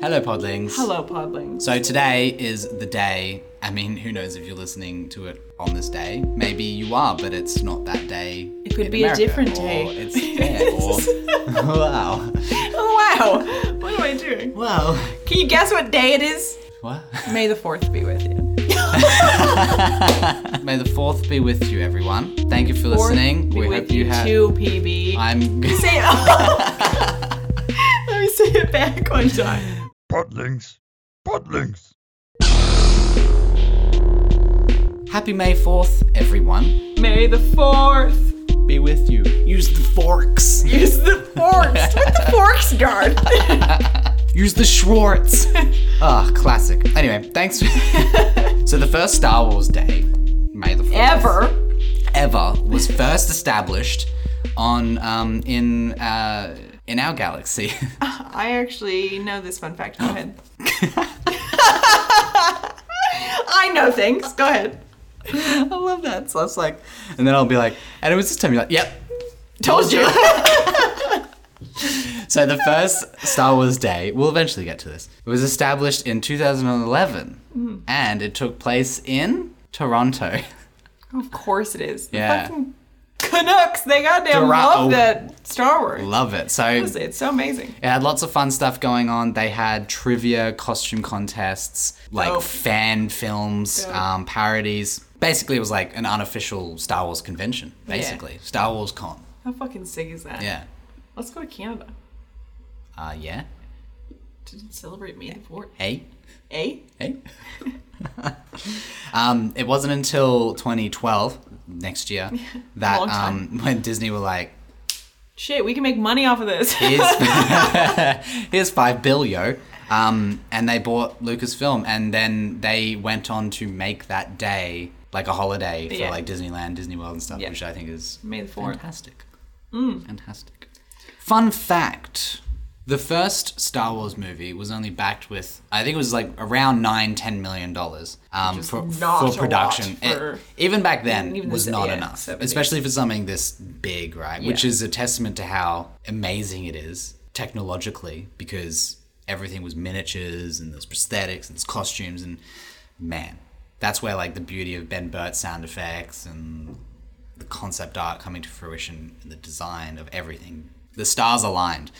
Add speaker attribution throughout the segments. Speaker 1: Hello, Podlings.
Speaker 2: Hello, Podlings.
Speaker 1: So, today is the day. I mean, who knows if you're listening to it on this day? Maybe you are, but it's not that day.
Speaker 2: It could
Speaker 1: in
Speaker 2: be a
Speaker 1: America,
Speaker 2: different
Speaker 1: or
Speaker 2: day.
Speaker 1: It's there, or. wow.
Speaker 2: Oh, wow. What am I doing?
Speaker 1: Well,
Speaker 2: Can you guess what day it is?
Speaker 1: what?
Speaker 2: May the 4th be with you.
Speaker 1: May the 4th be with you, everyone. Thank you for
Speaker 2: Fourth
Speaker 1: listening.
Speaker 2: Be
Speaker 1: we
Speaker 2: with
Speaker 1: hope you
Speaker 2: you
Speaker 1: have.
Speaker 2: too, PB.
Speaker 1: I'm.
Speaker 2: Say it. Let me say it back one time.
Speaker 3: Podlings. Podlings.
Speaker 1: Happy May 4th, everyone.
Speaker 2: May the 4th.
Speaker 1: Be with you. Use the forks.
Speaker 2: Use the forks. What the forks guard?
Speaker 1: Use the Schwartz. Ah, classic. Anyway, thanks. so the first Star Wars day, May the 4th,
Speaker 2: Ever.
Speaker 1: ever was first established on um, in uh, in our galaxy.
Speaker 2: I actually know this fun fact. Go ahead. I know things. Go ahead.
Speaker 1: I love that. So it's like, and then I'll be like, and it was this time. You're like, yep,
Speaker 2: Told you.
Speaker 1: So the first Star Wars Day, we'll eventually get to this. It was established in 2011, and it took place in Toronto.
Speaker 2: Of course it is. The
Speaker 1: Yeah.
Speaker 2: fucking Canucks, they goddamn
Speaker 1: Dora- oh.
Speaker 2: love that Star Wars.
Speaker 1: Love it. So
Speaker 2: Honestly, It's so amazing.
Speaker 1: It had lots of fun stuff going on. They had trivia, costume contests, like
Speaker 2: Dope.
Speaker 1: fan films,
Speaker 2: Dope.
Speaker 1: um, parodies. Basically, it was like an unofficial Star Wars convention, basically. Star Wars Con.
Speaker 2: How fucking sick is that?
Speaker 1: Yeah.
Speaker 2: Let's go to Canada
Speaker 1: Uh, yeah.
Speaker 2: to celebrate May the 4th.
Speaker 1: Hey.
Speaker 2: Eh?
Speaker 1: Hey. um, it wasn't until 2012, next year, that
Speaker 2: Long time.
Speaker 1: um, when Disney were like,
Speaker 2: Shit, we can make money off of this.
Speaker 1: here's, here's five billio. Um, and they bought Lucasfilm, and then they went on to make that day like a holiday for
Speaker 2: Yeah.
Speaker 1: like Disneyland, Disney World, and stuff,
Speaker 2: Yeah.
Speaker 1: which I think is
Speaker 2: May the 4th.
Speaker 1: fantastic.
Speaker 2: Mm.
Speaker 1: Fantastic. Fun fact. The first Star Wars movie was only backed with, I think it was like around nine, ten million dollars um,
Speaker 2: is
Speaker 1: for,
Speaker 2: not
Speaker 1: for
Speaker 2: a lot
Speaker 1: production. It-
Speaker 2: for-
Speaker 1: even back then,
Speaker 2: Even
Speaker 1: was
Speaker 2: this-
Speaker 1: not
Speaker 2: yeah,
Speaker 1: enough,
Speaker 2: 70s.
Speaker 1: especially for something this big, right? Which
Speaker 2: Yeah.
Speaker 1: is a testament to how amazing it is technologically, because everything was miniatures and there's prosthetics and there's costumes and man, that's where like the beauty of Ben Burtt's sound effects and the concept art coming to fruition and the design of everything. The stars aligned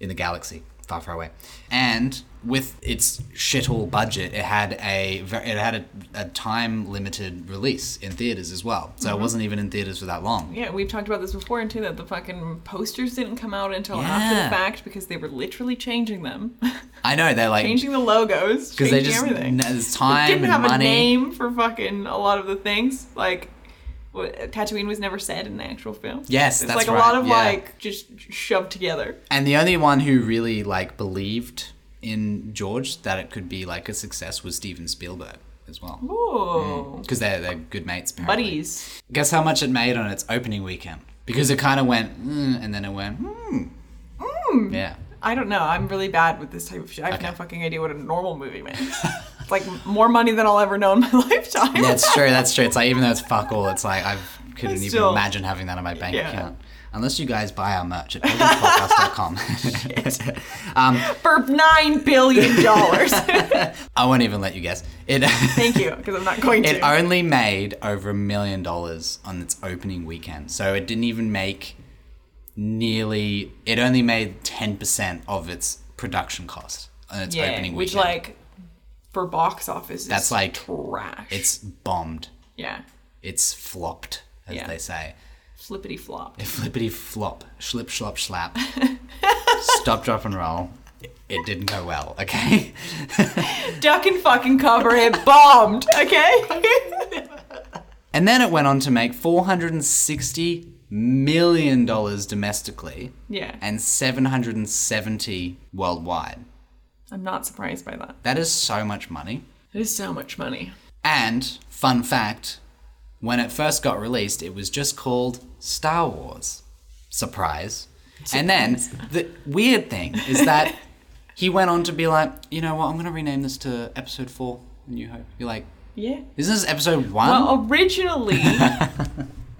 Speaker 1: in the galaxy, far, far away. And with its shithole budget, it had a ver- it had a, a time limited release in theaters as well. So it wasn't even in theaters for that long.
Speaker 2: Yeah, we've talked about this before, and too, that the fucking posters didn't come out until after
Speaker 1: Yeah.
Speaker 2: the fact because they were literally changing them,
Speaker 1: I know they're like
Speaker 2: changing the logos,
Speaker 1: because
Speaker 2: changing
Speaker 1: they just
Speaker 2: everything.
Speaker 1: n- there's time
Speaker 2: didn't
Speaker 1: and
Speaker 2: have
Speaker 1: money.
Speaker 2: a name for fucking a lot of the things. Like, wha- Tatooine was never said in the actual film.
Speaker 1: Yes,
Speaker 2: it's
Speaker 1: that's
Speaker 2: like a
Speaker 1: right,
Speaker 2: lot of
Speaker 1: yeah.
Speaker 2: like just shoved together.
Speaker 1: And the only one who really like believed in George that it could be like a success was Steven Spielberg as well.
Speaker 2: Ooh,
Speaker 1: Because they're, they're good mates, apparently.
Speaker 2: buddies.
Speaker 1: Guess how much it made on its opening weekend? Because it kind of went, mm, and then it went, mm. Mm. Yeah.
Speaker 2: I don't know. I'm really bad with this type of shit. I have no
Speaker 1: Okay.
Speaker 2: fucking idea what a normal movie makes. it's like more money than I'll ever know in my lifetime.
Speaker 1: That's true. That's true. It's like, even though it's fuck all, it's like, I couldn't even
Speaker 2: Still-
Speaker 1: imagine having that on my bank
Speaker 2: Yeah.
Speaker 1: account. Unless you guys buy our merch at podcast.com. um,
Speaker 2: for nine billion dollars.
Speaker 1: I won't even let you guess. It,
Speaker 2: Thank you, because I'm not going to.
Speaker 1: It only made over a million dollars on its opening weekend. So it didn't even make nearly, it only made 10% of its production cost on its
Speaker 2: yeah,
Speaker 1: opening
Speaker 2: which
Speaker 1: weekend.
Speaker 2: like for box office, is
Speaker 1: That's like-
Speaker 2: trash.
Speaker 1: It's bombed.
Speaker 2: yeah,
Speaker 1: It's flopped, as
Speaker 2: Yeah.
Speaker 1: they say.
Speaker 2: flippity flop.
Speaker 1: Flippity flop, schlip schlop schlap. Stop, drop, and roll. It didn't go well, okay?
Speaker 2: duck and fucking cover it bombed okay
Speaker 1: And then it went on to make $460 million domestically.
Speaker 2: yeah
Speaker 1: and 770 worldwide.
Speaker 2: i'm not surprised by that
Speaker 1: That is so much money.
Speaker 2: it is so much money
Speaker 1: And fun fact, when it first got released, it was just called Star Wars. Surprise. And then the weird thing is that he went on to be like, you know what, I'm going to rename this to episode 4, A New Hope. You're like,
Speaker 2: yeah
Speaker 1: isn't this episode 1?
Speaker 2: well originally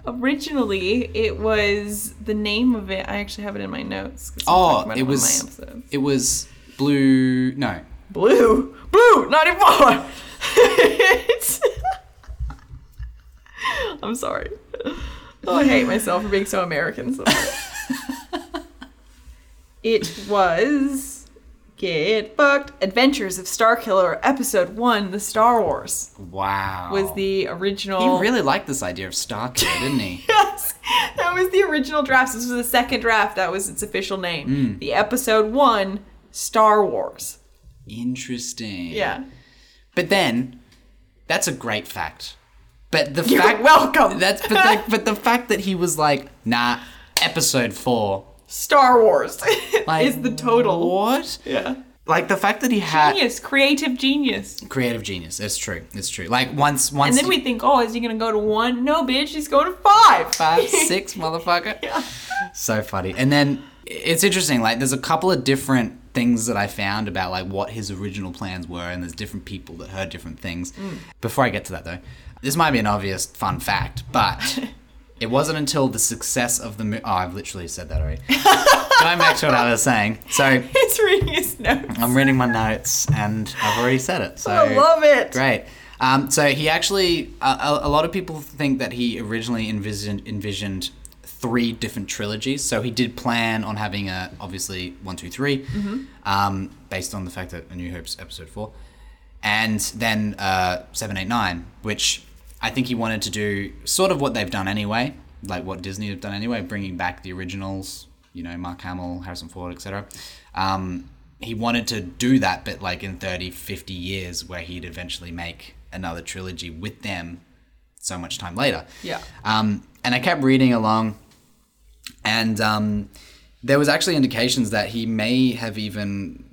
Speaker 2: originally it was the name of it i actually have it in my notes 'cause we
Speaker 1: Oh,
Speaker 2: talked about
Speaker 1: it
Speaker 2: on
Speaker 1: was-
Speaker 2: my episodes.
Speaker 1: it was Blue. No.
Speaker 2: Blue. Blue 94. It's- I'm sorry. Oh, I hate myself for being so American. so- it was Get Fucked Adventures of Star Killer Episode 1 The Star Wars
Speaker 1: Wow.
Speaker 2: was the original
Speaker 1: Oh. He really liked this idea of Star Killer, didn't he?
Speaker 2: yes. That was the original draft. This was the second draft. That was its official name. The episode one, Star Wars.
Speaker 1: Interesting.
Speaker 2: Yeah.
Speaker 1: But then, that's a great fact. But the
Speaker 2: You're
Speaker 1: fact
Speaker 2: welcome.
Speaker 1: that's but the, but the fact that he was like, nah, episode four
Speaker 2: Star Wars
Speaker 1: like,
Speaker 2: is the total.
Speaker 1: What?
Speaker 2: Yeah.
Speaker 1: Like the fact that he had
Speaker 2: Genius, creative genius.
Speaker 1: creative genius. It's true. It's true. Like once once
Speaker 2: And then we think, oh, is he gonna go to one? No, bitch, he's going to five.
Speaker 1: five six motherfucker.
Speaker 2: Yeah.
Speaker 1: So funny. And then it's interesting. Like there's a couple of different things that I found about like what his original plans were, and there's different people that heard different things.
Speaker 2: Mm.
Speaker 1: Before I get to that though, this might be an obvious fun fact, but it wasn't until the success of the movie. Oh, I've literally said that already. Going back to what I was saying. So
Speaker 2: He's reading his notes.
Speaker 1: I'm reading my notes, and I've already said it. So
Speaker 2: I love it.
Speaker 1: Great. Um, so he actually, a, a- a lot of people think that he originally envisioned, envisioned three different trilogies. So he did plan on having a obviously one, two, three,
Speaker 2: Mm-hmm.
Speaker 1: um, based on the fact that A New Hope's episode four, and then uh, seven, eight, nine, which I think he wanted to do sort of what they've done anyway, like what Disney have done anyway, bringing back the originals, you know, Mark Hamill, Harrison Ford, etc. Um, he wanted to do that but like in 30 50 years where he'd eventually make another trilogy with them so much time later
Speaker 2: Yeah.
Speaker 1: um, and i kept reading along and um, there was actually indications that he may have even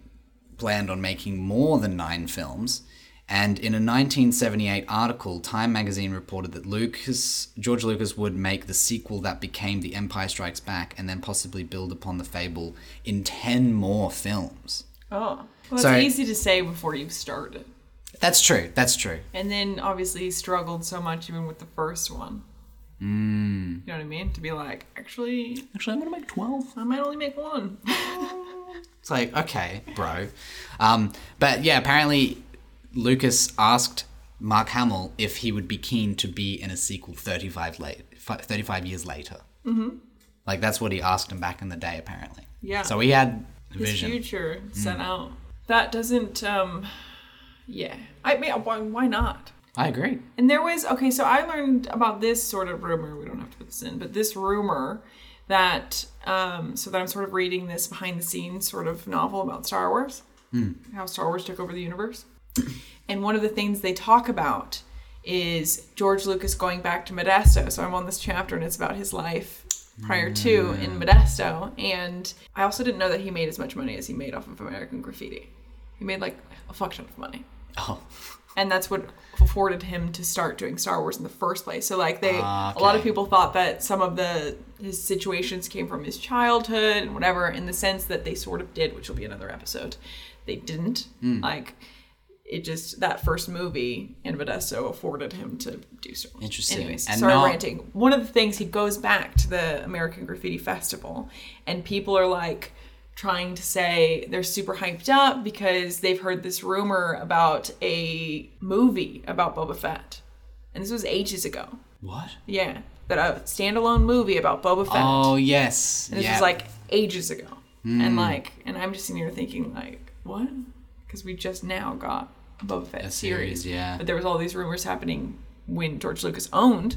Speaker 1: planned on making more than nine films. And in a 1978 article, Time magazine reported that Lucas, George Lucas would make the sequel that became The Empire Strikes Back and then possibly build upon the fable in 10 more films.
Speaker 2: Oh. Well, it's
Speaker 1: So-
Speaker 2: easy to say before you've started.
Speaker 1: That's true. That's true.
Speaker 2: And then obviously he struggled so much even with the first one. Mm. You know what I mean? To be like, actually,
Speaker 1: Actually, I'm going to make 12.
Speaker 2: I might only make one.
Speaker 1: It's like, okay, bro. Um, but yeah, apparently Lucas asked Mark Hamill if he would be keen to be in a sequel 35, late, fi- 35 years later. Mm-hmm. Like, that's what he asked him back in the day, apparently.
Speaker 2: Yeah.
Speaker 1: So he had a
Speaker 2: His
Speaker 1: vision.
Speaker 2: future sent out. That doesn't, um, yeah. I mean, why, why not?
Speaker 1: I agree.
Speaker 2: And there was, okay, so I learned about this sort of rumor. We don't have to put this in, but this rumor that, um, so that I'm sort of reading this behind the scenes sort of novel about Star Wars, how Star Wars took over the universe. and one of the things they talk about is George Lucas going back to Modesto. So I'm on this chapter and it's about his life prior to in Modesto. And I also didn't know that he made as much money as he made off of American Graffiti. He made like a fuck ton of money
Speaker 1: Oh,
Speaker 2: and that's what afforded him to start doing Star Wars in the first place. So like they,
Speaker 1: Ah,
Speaker 2: a lot
Speaker 1: okay.
Speaker 2: of people thought that some of the his situations came from his childhood and whatever, in the sense that they sort of did, which will be another episode. They didn't
Speaker 1: Hmm.
Speaker 2: like it. Just that first movie in Modesto afforded him to do so. much.
Speaker 1: Interesting.
Speaker 2: Anyways,
Speaker 1: And
Speaker 2: sorry,
Speaker 1: not-
Speaker 2: ranting. One of the things he goes back to the American Graffiti Festival, and people are like trying to say they're super hyped up because they've heard this rumor about a movie about Boba Fett. And this was ages ago.
Speaker 1: what?
Speaker 2: Yeah. That a standalone movie about Boba Fett.
Speaker 1: Oh, yes.
Speaker 2: and this
Speaker 1: yeah. Hmm.
Speaker 2: was like ages ago. And like, and I'm just sitting here thinking, like, what? Because we just now got a Boba Fett
Speaker 1: A
Speaker 2: series.
Speaker 1: series, yeah.
Speaker 2: But there was all these rumors happening when George Lucas owned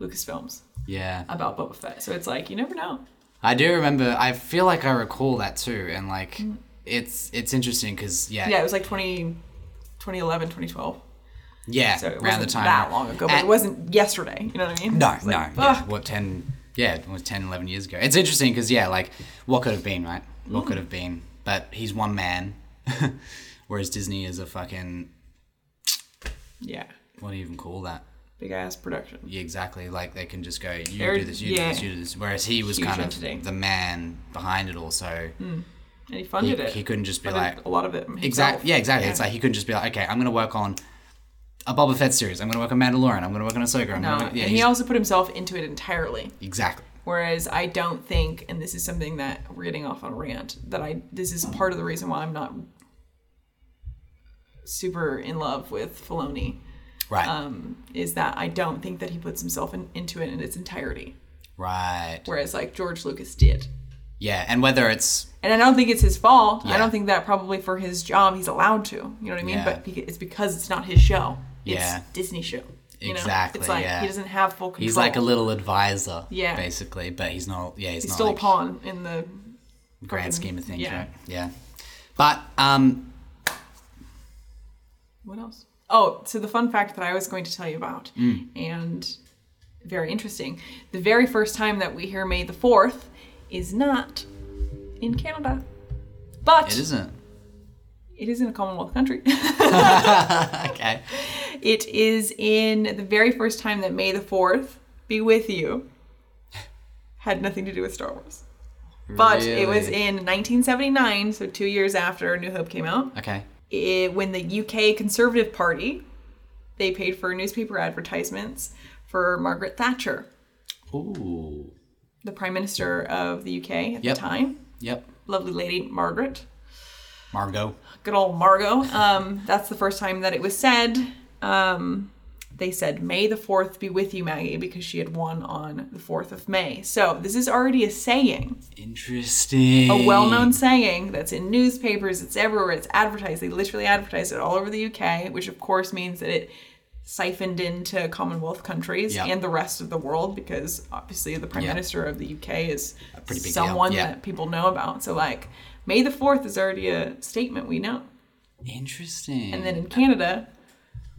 Speaker 2: Lucasfilms
Speaker 1: Yeah.
Speaker 2: about Boba Fett. So it's like, you never know.
Speaker 1: I do remember, I feel like I recall that too. And like, it's it's interesting because, yeah.
Speaker 2: Mm. Yeah, it was like 20, 2011, 2012.
Speaker 1: yeah,
Speaker 2: So it
Speaker 1: around
Speaker 2: wasn't
Speaker 1: the time.
Speaker 2: that long ago, but
Speaker 1: And-
Speaker 2: it wasn't yesterday. You know what I mean?
Speaker 1: No,
Speaker 2: It's
Speaker 1: no.
Speaker 2: like,
Speaker 1: yeah,
Speaker 2: fuck.
Speaker 1: what, 10, yeah, it was 10, 11 years ago. It's interesting because, yeah, like, what could have been, right?
Speaker 2: Mm.
Speaker 1: What could have been? But he's one man, whereas Disney is a fucking,
Speaker 2: Yeah.
Speaker 1: what do you even call that?
Speaker 2: Big ass production.
Speaker 1: Yeah, exactly. Like, they can just go, you
Speaker 2: They're-
Speaker 1: do this, you
Speaker 2: yeah.
Speaker 1: do this, you do this. Whereas he was
Speaker 2: Huge
Speaker 1: kind of
Speaker 2: entity.
Speaker 1: the man behind it all, so
Speaker 2: And he
Speaker 1: he,
Speaker 2: funded it.
Speaker 1: he couldn't just be
Speaker 2: Funded
Speaker 1: like,
Speaker 2: a lot of it. Himself.
Speaker 1: Exactly. Yeah, exactly. It's like he couldn't just be like, okay, I'm going to work on a Boba Fett series. I'm going to work on Mandalorian. I'm going to work on Ahsoka. I'm
Speaker 2: No.
Speaker 1: gonna work-" yeah,
Speaker 2: and Uh, he
Speaker 1: he's-
Speaker 2: also put himself into it entirely.
Speaker 1: exactly.
Speaker 2: Whereas I don't think, and this is something that we're getting off on a rant, that I this is part of the reason why I'm not super in love with Filoni
Speaker 1: Right.
Speaker 2: Um. is that I don't think that he puts himself in, into it in its entirety.
Speaker 1: right.
Speaker 2: Whereas like George Lucas did.
Speaker 1: Yeah. And whether it's
Speaker 2: And I don't think it's his fault. I
Speaker 1: Yeah.
Speaker 2: don't think that probably for his job he's allowed to. You know what I mean?
Speaker 1: Yeah.
Speaker 2: But beca- it's because it's not his show. It's
Speaker 1: Yeah.
Speaker 2: Disney show. You
Speaker 1: Exactly,
Speaker 2: Know? It's like
Speaker 1: yeah.
Speaker 2: he doesn't have full control.
Speaker 1: he's like a little advisor,
Speaker 2: Yeah.
Speaker 1: basically, but he's not. Yeah, he's,
Speaker 2: He's
Speaker 1: not
Speaker 2: still
Speaker 1: like
Speaker 2: a pawn in the.
Speaker 1: grand
Speaker 2: fucking-
Speaker 1: scheme of things,
Speaker 2: yeah.
Speaker 1: right? Yeah. But um,
Speaker 2: What else? Oh, so the fun fact that I was going to tell you about,
Speaker 1: Mm.
Speaker 2: and very interesting. The very first time that we hear May the Fourth is not in Canada, but
Speaker 1: it isn't.
Speaker 2: it is in a Commonwealth country.
Speaker 1: Okay.
Speaker 2: It is in the very first time that May the 4th be with you had nothing to do with Star Wars. But it was
Speaker 1: Really?
Speaker 2: in 1979, so two years after New Hope came out,
Speaker 1: Okay.
Speaker 2: it- eh, when the UK Conservative Party they paid for newspaper advertisements for Margaret Thatcher,
Speaker 1: Ooh.
Speaker 2: the Prime Minister of the UK at
Speaker 1: Yep.
Speaker 2: the time.
Speaker 1: Yep.
Speaker 2: Lovely lady, Margaret.
Speaker 1: Margot.
Speaker 2: good old Margot. Um, that's the first time that it was said. Um, they said, May the 4th be with you, Maggie, because she had won on the 4th of May. So this is already a saying,
Speaker 1: Interesting.
Speaker 2: a well known saying that's in newspapers, it's everywhere, it's advertised. They literally advertise it all over the UK, which of course means that it siphoned into Commonwealth countries
Speaker 1: Yeah.
Speaker 2: and the rest of the world because obviously the Prime
Speaker 1: Yeah.
Speaker 2: Minister of the UK is
Speaker 1: pretty big deal,
Speaker 2: someone
Speaker 1: yeah.
Speaker 2: that people know about. So, like, May the 4th is already a statement we know.
Speaker 1: Interesting.
Speaker 2: And then in Canada,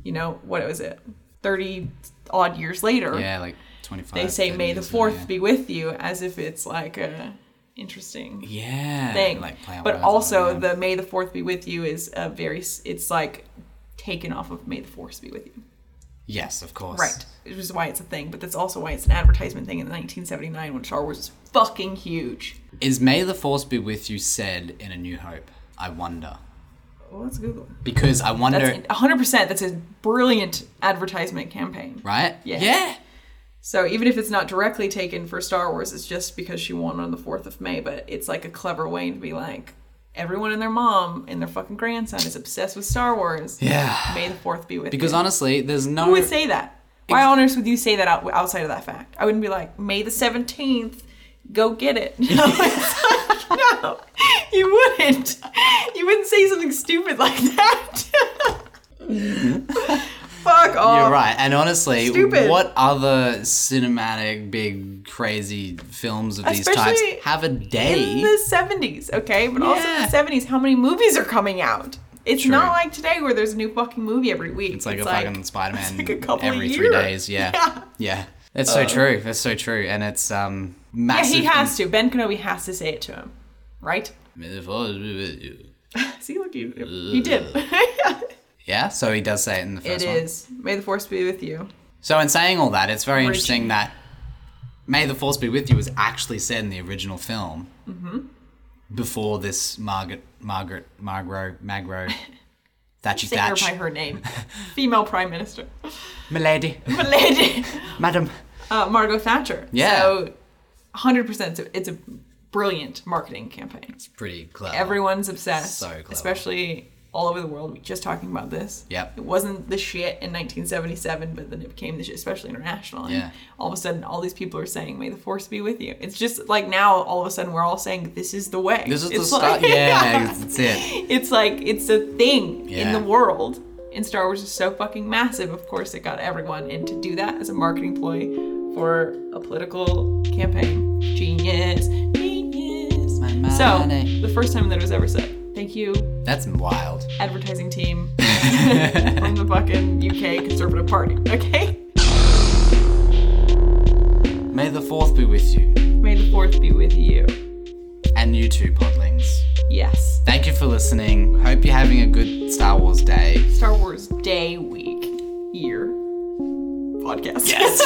Speaker 2: you know, what was it? 30 odd years later,
Speaker 1: yeah, like twenty-five.
Speaker 2: they say
Speaker 1: 30
Speaker 2: May the
Speaker 1: years ago,
Speaker 2: 4th
Speaker 1: yeah.
Speaker 2: be with you as if it's like a interesting
Speaker 1: Yeah.
Speaker 2: thing.
Speaker 1: Like play on
Speaker 2: but
Speaker 1: words all
Speaker 2: also
Speaker 1: around.
Speaker 2: the May the 4th be with you is a very s- it's like taken off of May the 4th be with you.
Speaker 1: yes, of course.
Speaker 2: Right. Which is why it's a thing, but that's also why it's an advertisement thing in 1979 when Star Wars was fucking huge.
Speaker 1: Is May the Force be with you said in A New Hope? I wonder.
Speaker 2: Well, let's Google. it.
Speaker 1: Because I wonder,
Speaker 2: That's 100%. That's a brilliant advertisement campaign.
Speaker 1: right?
Speaker 2: Yeah.
Speaker 1: Yeah.
Speaker 2: So even if it's not directly taken for Star Wars, it's just because she won on the 4th of May, but it's like a clever way to be like, everyone and their mom and their fucking grandson is obsessed with Star Wars.
Speaker 1: Yeah.
Speaker 2: May the 4th be with
Speaker 1: Because
Speaker 2: you.
Speaker 1: honestly, there's no.
Speaker 2: Who would say that? Why on earth would you say that out, outside of that fact? I wouldn't be like, May the 17th, go get it. No, it's like, no, you wouldn't. You wouldn't say something stupid like that. Fuck off.
Speaker 1: You're right. And honestly,
Speaker 2: Um, Stupid.
Speaker 1: what other cinematic, big, crazy films of these types
Speaker 2: Especially
Speaker 1: have a
Speaker 2: in
Speaker 1: day?
Speaker 2: the 70s, okay? But also in
Speaker 1: Yeah.
Speaker 2: the 70s, how many movies are coming out? It's
Speaker 1: True.
Speaker 2: not like today where there's a new fucking movie every week.
Speaker 1: it's like a fucking Spider Man
Speaker 2: like a couple
Speaker 1: every
Speaker 2: a
Speaker 1: three
Speaker 2: year.
Speaker 1: days. Yeah.
Speaker 2: Yeah. Uh,
Speaker 1: Yeah. That's so true. That's so true. And it's um
Speaker 2: Yeah,
Speaker 1: massive.
Speaker 2: he has to. Ben Kenobi has to say it to him, right?
Speaker 1: May the force be with you.
Speaker 2: See, look, he, he did.
Speaker 1: Yeah, so he does say it in the
Speaker 2: It
Speaker 1: first one.
Speaker 2: is. May the force be with you.
Speaker 1: So in saying all that, it's very interesting
Speaker 2: Origin.
Speaker 1: that "May the Force be with you" was actually said in the original film
Speaker 2: Mm-hmm.
Speaker 1: before this Margaret, Margaret, Margro, Magro, Thatchy
Speaker 2: Take her
Speaker 1: Thatch,
Speaker 2: by her name, female prime minister,
Speaker 1: milady,
Speaker 2: milady,
Speaker 1: madam.
Speaker 2: uh, Margot Thatcher.
Speaker 1: Yeah.
Speaker 2: So, 100. percent It's a brilliant marketing campaign.
Speaker 1: It's pretty clever.
Speaker 2: Everyone's obsessed,
Speaker 1: So clever.
Speaker 2: especially all over the world. We were just talking about this.
Speaker 1: Yep.
Speaker 2: It wasn't the shit in 1977, but then it became the shit, especially international. And
Speaker 1: Yeah.
Speaker 2: All of a sudden, all these people are saying, "May the force be with you." It's just like now, all of a sudden, we're all saying, "This is the way."
Speaker 1: this is
Speaker 2: it's
Speaker 1: the start.
Speaker 2: like-
Speaker 1: yeah, that's it.
Speaker 2: It's like it's a thing in
Speaker 1: Yeah.
Speaker 2: the world. And Star Wars is so fucking massive. Of course, it got everyone. And to do that as a marketing ploy for a political campaign, genius, genius.
Speaker 1: My
Speaker 2: So
Speaker 1: money.
Speaker 2: the first time that it was ever said. Thank you,
Speaker 1: That's wild.
Speaker 2: advertising team from the fucking UK Conservative Party. Okay.
Speaker 1: May the Fourth be with you,
Speaker 2: May the fourth be with you.
Speaker 1: and you too, podlings.
Speaker 2: Yes.
Speaker 1: Thank you for listening. Hope you're having a good Star Wars day.
Speaker 2: Star Wars Day Week Year podcast. Yes.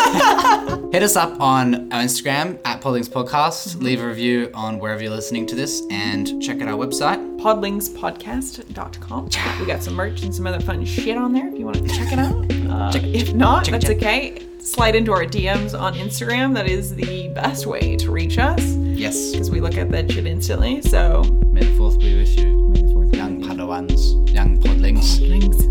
Speaker 1: Hit us up on our Instagram at Podlings Podcast. Leave a review on wherever you're listening to this, and check out our website.
Speaker 2: podlingspodcast.com. We got some merch and some other fun shit on there if you want to check it out. Uh, if not,
Speaker 1: check it,
Speaker 2: that's
Speaker 1: check it.
Speaker 2: okay. Slide slide into our DMs on Instagram. That is the best way to reach us
Speaker 1: Yes.
Speaker 2: because we look at that shit instantly. So,
Speaker 1: May the fourth be with you,
Speaker 2: May the fourth be
Speaker 1: young Padawans, young podlings.
Speaker 2: with you.